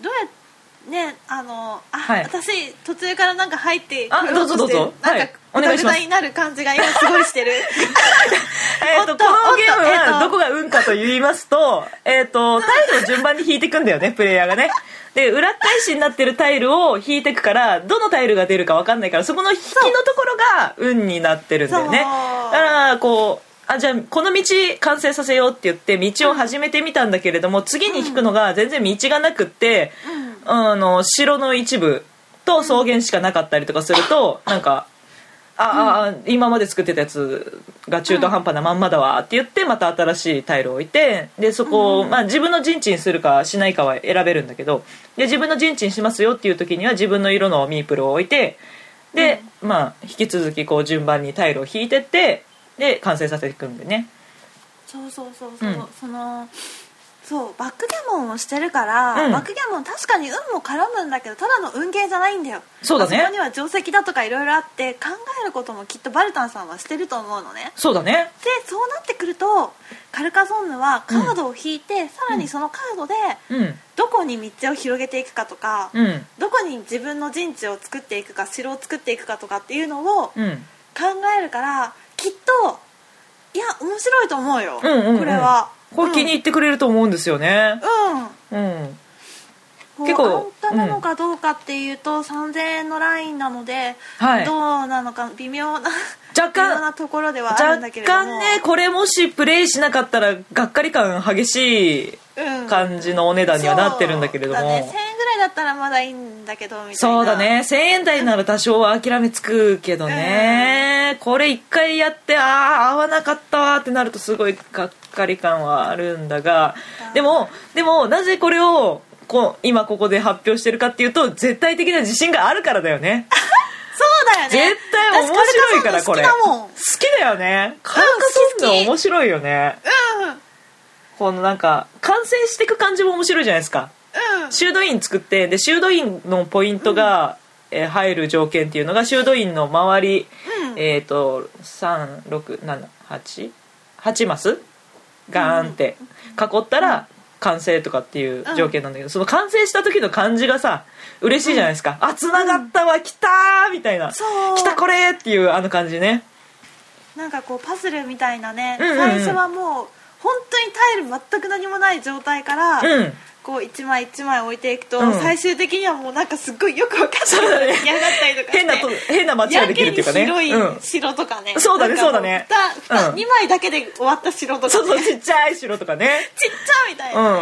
B: どうやねあのあ、
A: はい
B: 私途中からなんか入って
A: あどうぞどうぞ
B: なん
A: はい
B: かお
A: お
B: 願
A: 願
B: い
A: い
B: し
A: し
B: ま
A: ますす
B: になる感じが今すごいしてる
A: えー
B: おっ
A: と
B: と
A: このゲーム
B: おっとえー
A: は
B: と
A: どこが運かと言いますと,、 えー、とタイルを順番に引いていくんだよねプレイヤーがねで裏返しになってるタイルを引いていくからどのタイルが出るか分かんないからそこの引きのところが運になってるんだよねだ
B: そう
A: からこうあじゃあこの道完成させようって言って道を始めてみたんだけれども次に引くのが全然道がなくって、
B: うん
A: あの城の一部と草原しかなかったりとかすると、なんか「あ、ああ今まで作ってたやつが中途半端なまんまだわ」って言ってまた新しいタイルを置いてでそこを、まあ、自分の陣地にするかしないかは選べるんだけどで自分の陣地にしますよっていう時には自分の色のミープルを置いてで、まあ引き続きこう順番にタイルを引いてってで完成させていくんでね。
B: そうそうそうそう、
A: うん
B: そのそうバックギャモンをしてるから、
A: うん
B: バックギャモン確かに運も絡むんだけどただの運ゲーじゃないんだよ
A: そうだね
B: あそこには定石だとかいろいろあって考えることもきっとバルタンさんはしてると思うのね
A: そうだね
B: でそうなってくるとカルカソンヌはカードを引いて、さらにそのカードで
A: うん
B: どこに道を広げていくかとか、
A: うん
B: どこに自分の陣地を作っていくか城を作っていくかとかっていうのを考
A: うん
B: えるから、きっといや面白いと思うよ、
A: うんうんうん
B: これは
A: これ気に入ってくれると思うんですよね。
B: うん、うん
A: うん
B: こう
A: 結構
B: あんたなのかどうかっていうと、3000円のラインなので、
A: はい
B: どうなのか微妙な
A: 若
B: 微妙
A: 干
B: なところではあるん
A: 若
B: だけれども
A: 干ねこれもしプレイしなかったらがっかり感激しい
B: うん
A: 感じのお値段にはなってるんだけれども、
B: そうだね、1000円ぐらいだったらまだいいんだけどみたいな
A: そうだね1000円台なら多少は諦めつくけどね、これ一回やってああ合わなかったわってなるとすごいがっかり感はあるんだがでもでもなぜこれをこう今ここで発表してるかっていうと絶対的な自信があるからだよね
B: そうだよね
A: 絶対面白いから
B: 私
A: こ
B: カル
A: れ
B: カソンヌ好きだもん
A: 好きだよねカルカソンヌ面白いよねこのなんか完成していく感じも面白いじゃないですか
B: うんうん
A: 修道院作ってで修道院のポイントが、えー入る条件っていうのが修道院の周り、
B: うん
A: えっ、ー、と3 6 7 8 8マスガーンって囲ったら完成とかっていう条件なんだけど、その完成した時の感じがさ嬉しいじゃないですか、あ繋がったわ来たーみたいな
B: そう
A: 来たこれーっていうあの感じね
B: なんかこうパズルみたいなね、
A: うんうんうん
B: 最初はもう本当にタイル全く何もない状態から、
A: うん
B: こう一枚一枚置いていくと、
A: うん
B: 最終的にはもうなんかすっごいよく分かった
A: そうだね
B: 嫌がったりとかして
A: 変なと変な街ができるっていうかね
B: やけに
A: うん
B: 広い城とかね、
A: そうだね
B: なん
A: そ
B: かも
A: うだね
B: 蓋蓋
A: うん
B: 2枚だけで終わった城とか、ね、
A: そうそう
B: ちっち
A: ちっちゃい城とかね
B: ゃみたいうな、
A: ん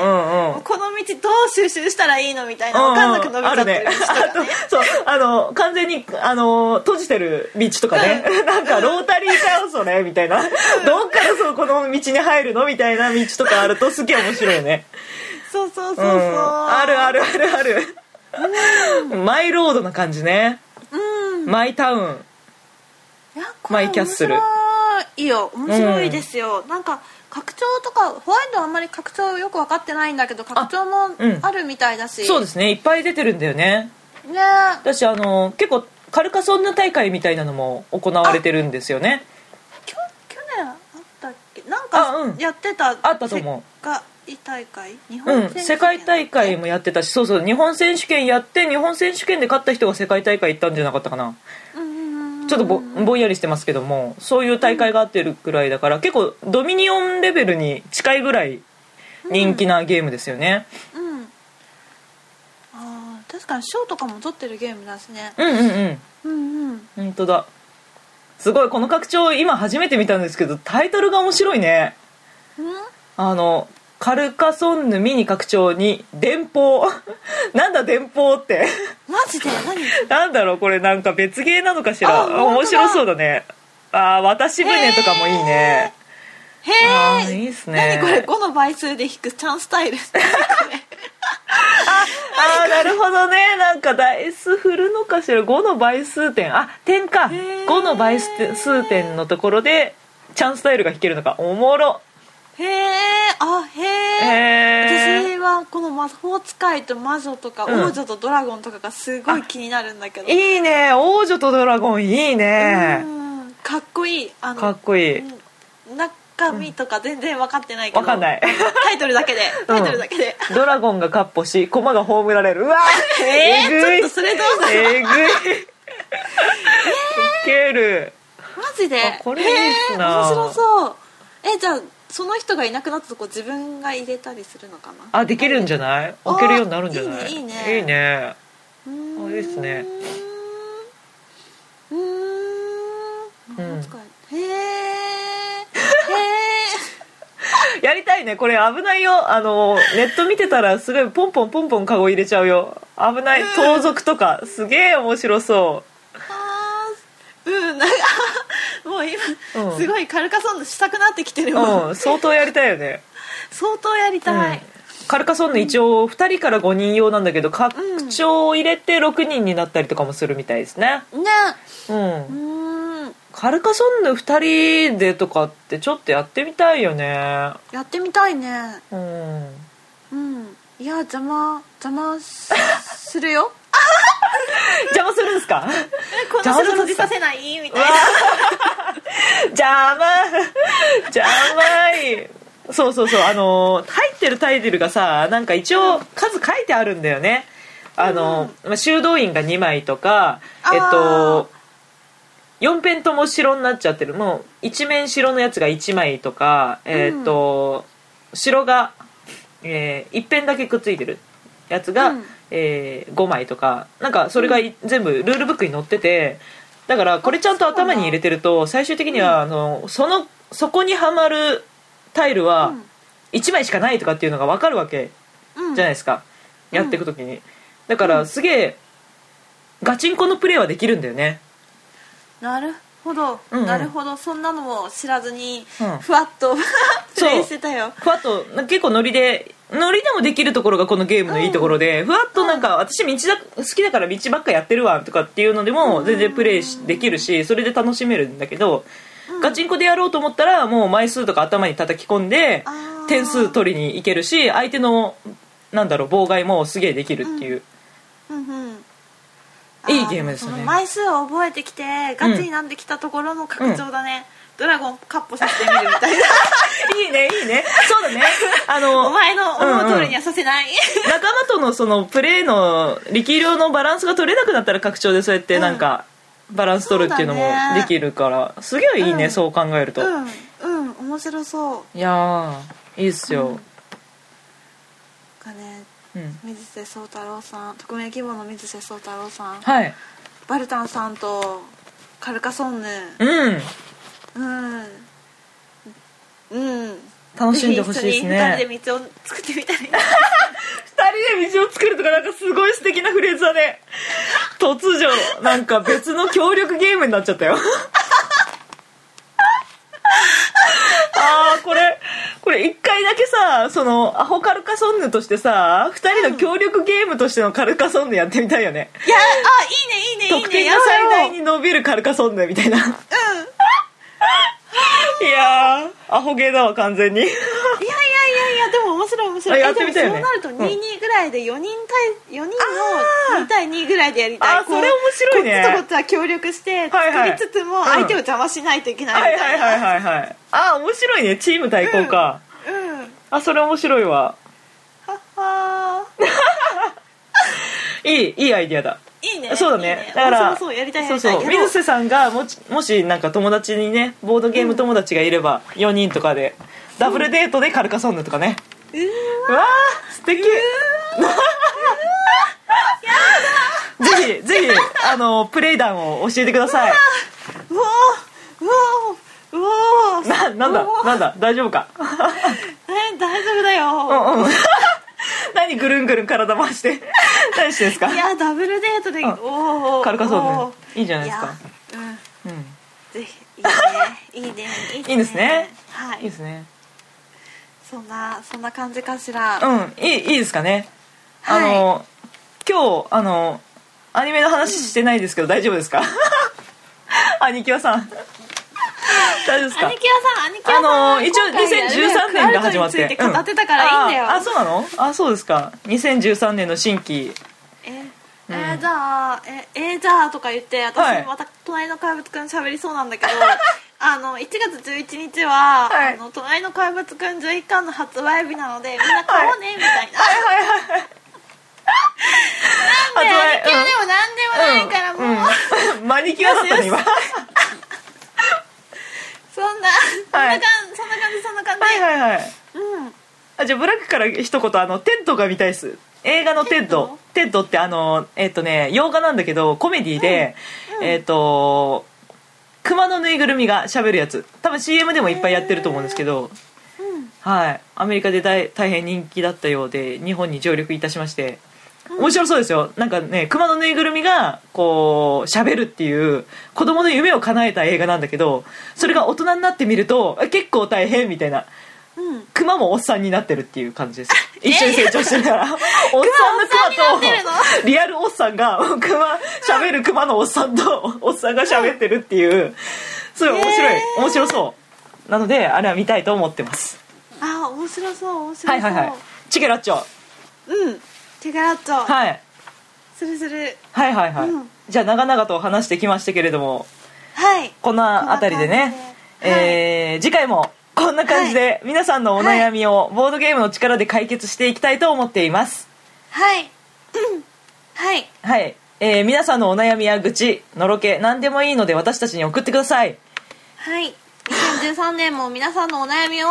A: うんうん
B: この道どう収集したらいいのみたいな分かんなく伸びちゃってる道
A: あ
B: と
A: るねあ
B: か
A: と
B: ね
A: そうあの完全にあの閉じてる道とかね、なんかロータリーだよそれみたいな、どっからそうこの道に入るのみたいな道とかあるとすげえ面白いね
B: そうそうそうそう、
A: ん、あるあるあるある、マイロードな感じね
B: うん
A: マイタウン
B: いやこれ
A: マイキャッスル
B: 面白いよ面白いですよ、なんか拡張とかホワイトはあんまり拡張よく分かってないんだけど拡張も
A: うん
B: あるみたいだし、
A: そうですねいっぱい出てるんだよね
B: ねえ
A: 私あの結構カルカソンヌ大会みたいなのも行われてるんですよね
B: きょ去年あったっけなん
A: あうん
B: かやってた、
A: あったと思
B: 世界大会日
A: う
B: 本
A: ん
B: 選手権
A: 世界大会もやってたしそうそう日本選手権やって日本選手権で勝った人が世界大会行ったんじゃなかったかな
B: うんうんうん
A: ちょっとぼ
B: うん
A: ぼんやりしてますけどもそういう大会があってるくらいだから結構ドミニオンレベルに近いぐらい人気なゲームですよね、
B: あー確かに賞とかも取ってるゲームだしね
A: うん、うんうん
B: うんうん
A: 本当だすごいこの拡張今初めて見たんですけどタイトルが面白いね
B: うん
A: あのカルカソンヌミニ拡張に電報 なんだ電報って
B: マジで何
A: なんだろうこれなんか別ゲーなのかし
B: あ
A: ら
B: 本当だ
A: 面白そうだねあー渡し船とかもいいね、あ
B: へ
A: ー
B: え
A: いいっすね
B: 何これ5の倍数で引くチャンスタイル
A: ああなるほどねなんかダイス振るのかしら5の倍数点あ点か
B: へー
A: 5の倍数点のところでチャンスタイルが引けるのかおもろ
B: へえあへ
A: へ
B: え
A: え
B: 私はこの魔法使いと魔女とか
A: うん
B: 王女とドラゴンとかがすごい気になるんだけど、
A: いいね王女とドラゴンいいね
B: うんかっこいいあの
A: かっこいい
B: うん中身とか全然分かってないけど、
A: わかんない
B: タイトルだけでタイトルだけで、
A: ドラゴンがかっ歩し駒が葬られるうわー
B: えー、ちょっと
A: え
B: それどうだろう
A: ぐいウケる
B: マジで
A: あこれいいっすな
B: へー面白そうえじゃあその人がいなくなったとこ自分が入れたりするのかな
A: あできるんじゃない
B: あー
A: 置けるようになるんじゃない
B: いいね
A: い
B: いいね
A: いね
B: うーん
A: あいいっすね
B: うーん
A: うん
B: 魔法使いへえへ
A: やりたいねこれ危ないよあのネット見てたらすごいポンポンポンポンカゴ入れちゃうよ危ない盗賊とかすげえ面白そ
B: えあーうんなんかもう今、
A: うん
B: すごいカルカソンヌしたくなってきてる
A: う
B: もん、
A: うん相当やりたいよね
B: 相当やりた
A: う
B: い、
A: ん、カルカソンヌ一応2人から5人用なんだけど拡張を入れて6人になったりとかもするみたいですね、
B: ね
A: うん
B: うーん
A: カルカソンヌ2人でとかってちょっとやってみたいよね
B: やってみたいね
A: うん
B: うんいや邪魔邪魔しするよ
A: 邪魔するんですか
B: こ の
A: 邪魔
B: 城
A: するんで
B: 閉じ
A: すか
B: させないみ
A: う
B: たい
A: わ
B: な
A: 邪魔邪魔いそうそうそうあの入ってるタイトルがさなんか一応数書いてあるんだよねあの、まあ修道院が2枚とか
B: あー
A: えっと4ペンとも白になっちゃってるもう一面白のやつが1枚とかえっと、白が、えー、1ペンだけくっついてるやつが、
B: うん
A: えー5枚とかなんかそれがい、全部ルールブックに載っててだからこれちゃんと頭に入れてると最終的にはあのそのそこにはまるタイルは1枚しかないとかっていうのが分かるわけ
B: うん
A: じゃないですか、
B: うん
A: やっていく時にだからすげえガチンコのプレーはできるんだよね
B: なるほど、
A: うんうん
B: なるほどそんなのも知らずに、
A: うん
B: ふわっと プレイしてたよ
A: ふわっとなんか結構ノリでノリでもできるところがこのゲームのいいところで、ふわっとなんか私道だ好きだから道ばっかやってるわとかっていうのでも全然プレイしできるしそれで楽しめるんだけど、ガチンコでやろうと思ったらもう枚数とか頭に叩き込んで
B: あー
A: 点数取りにいけるし相手のなんだろう妨害もすげえできるっていう、
B: うんうん
A: いいゲームですね
B: あその枚数を覚えてきてガチになってきたところの拡張だね、ドラゴンカッポさせてみるみたいな
A: いいねいいね そう だねあ
B: お
A: の
B: 前の思う通りにはさせない、
A: 仲間とのそのプレーの力量のバランスが取れなくなったら拡張でそうやってなんかバランス取るっていうのもできるから、すげえいいね、
B: うん
A: そう考えると、
B: うんうん面白そう
A: いやーいいっすよ、
B: がね
A: うん
B: 水瀬宗太郎さん匿名希望の水瀬宗太郎さん
A: はい
B: バルタンさんとカルカソンヌ
A: うん
B: うんうん
A: 楽しんでほしいです
B: ぜひ
A: ね
B: 一緒に二人で道を作ってみたいな
A: 二人で道を作るとかなんかすごい素敵なフレーズだね突如なんか別の協力ゲームになっちゃったよあーこれこれ一回だけさそのアホカルカソンヌとしてさ二人の協力ゲームとしてのカルカソンヌやってみたいよね、
B: いやあいいねいいねいい
A: 得
B: ね
A: 点
B: や
A: が最
B: ろう
A: 大に伸びるカルカソンヌみたいない
B: うん
A: やーアホゲーだわ完全に
B: いやいやいやいやでも面白い面白
A: あ
B: い
A: やってみたいよね
B: えでもそうなると22ぐらいで4人対4人を2対2ぐらいでやりたい
A: あーそれ面白いね
B: こっちとこっちは協力して
A: はい
B: 作
A: はい
B: りつつも相手を邪魔しないといけないみ
A: はい
B: た
A: はいい
B: な、
A: はいはいはいああ面白いねチーム対抗か、
B: うんはっ
A: あそれ面白いわ
B: はい
A: いいいアイディアだ
B: ーいいね
A: そうだね
B: いい
A: だから
B: そうそうやりたいや
A: そう
B: りたい
A: そう
B: やろ
A: 水瀬さんがもしもしなんか友達にねボードゲーム友達がいれば4人とかでダブルデートでカルカソンヌとかね
B: うー
A: うわー素敵 ぜひぜひあのプレイ談を教えてくださいう
B: わーうわーうわー
A: ななん
B: う
A: だ
B: わー
A: なんだ大丈夫か
B: え大丈夫だ
A: う
B: よ、
A: んうん 何ぐるんぐるん体回して何してんですか
B: いやダブルデートで
A: ん
B: おお
A: カルカソン
B: ね
A: ヌいいじゃないですか
B: うん
A: うん
B: ぜひいいねいいねいいね
A: いいですね
B: はい
A: いいですね
B: そんなそんな感じかしら、
A: うんいいいいですかね、
B: は
A: あ
B: い
A: の今日あのアニメの話してないですけど、大丈夫ですか 兄貴はさん大丈夫ですか
B: 兄貴はさん兄貴はさん
A: あ
B: は
A: の一応
B: 今回
A: 2013年が始まって
B: クアルトについて語ってたからいいんだよ、
A: うああそうなのあそうですか2013年の新規
B: ええーじゃあええーじゃあとか言って
A: は
B: 私
A: い
B: また隣の怪物くん喋りそうなんだ けどあの1月11日は、
A: はい
B: あの隣の怪物くん11巻の発売日なのでみんな買おうね、みたいな
A: はいはい
B: で兄貴はでも何でもないから、もう、
A: うん うん、マニキュアだったね今
B: そんな、
A: はい
B: そんな感じそんな感じそんな感じ、
A: はいはいはい
B: うん
A: あじゃあブラックから一言あのテッドが見たいです映画のテッドテッドってあのえっ、とね洋画なんだけどコメディで、えっ、と熊のぬいぐるみが喋るやつ多分 CM でもいっぱいやってると思うんですけど、はいアメリカで大大変人気だったようで日本に上陸いたしまして面白そうですよなんかね熊のぬいぐるみがこう喋るっていう子供の夢を叶えた映画なんだけどそれが大人になってみるとえ結構大変みたいな
B: うんうん
A: クマもおっさんになってるっていう感じ です一緒に成長してるからおっさんの
B: おっさんになってる
A: クマとリアルおっさんがクマ喋るクマのおっさんとおっさんが喋ってるっていうすごい面白い、
B: へー
A: 面白そうなのであれは見たいと思ってます
B: あ面白そう面白そう、
A: はいはいはいチケラッチョ、
B: うん手柄と、
A: はい、
B: するする
A: はいはいはい
B: うん
A: じゃあ長々と話してきましたけれども
B: はい
A: こんなあたりでね
B: こんな感じで
A: えー次回もこんな感じで皆さんのお悩みをボードゲームの力で解決していきたいと思っています
B: はい、うん、はい
A: はい、えー皆さんのお悩みや愚痴のろけ何でもいいので私たちに送ってください
B: はい2013年も皆さんのお悩みを、
A: い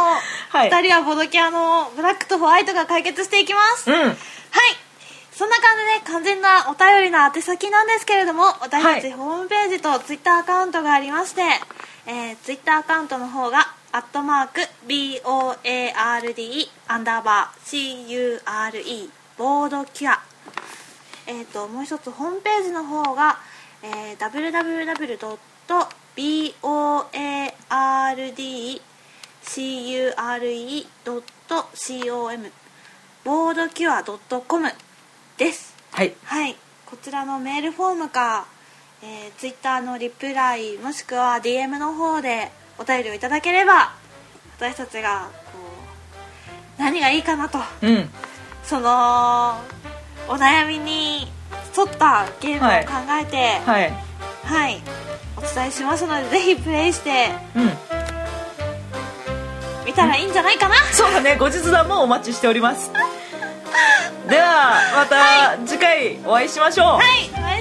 B: 2人はボドキャのブラックとホワイトが解決していきます、
A: うん
B: はいそんな感じで完全なお便りの宛先なんですけれども私た
A: は
B: ち
A: い
B: ホームページとツイッターアカウントがありまして、えー、ツイッターアカウントの方が「アットマーク #BOARD アンダーバー CURE ボードキュア」えー、ともう一つホームページの方が、えー、www.boardcure.com ボードキュア .com です
A: はい
B: はいこちらのメールフォームか、えー、ツイッターのリプライもしくは DM の方でお便りをいただければ私たちがこう何がいいかなと
A: うん
B: そのお悩みに沿ったゲームを考えてはい、
A: はい
B: お伝えしますのでぜひプレイして
A: うん
B: 見たらいいんじゃないかな
A: そうだね後日談もお待ち しておりますではまた次回お会いしましょう、
B: はいお会いしましょう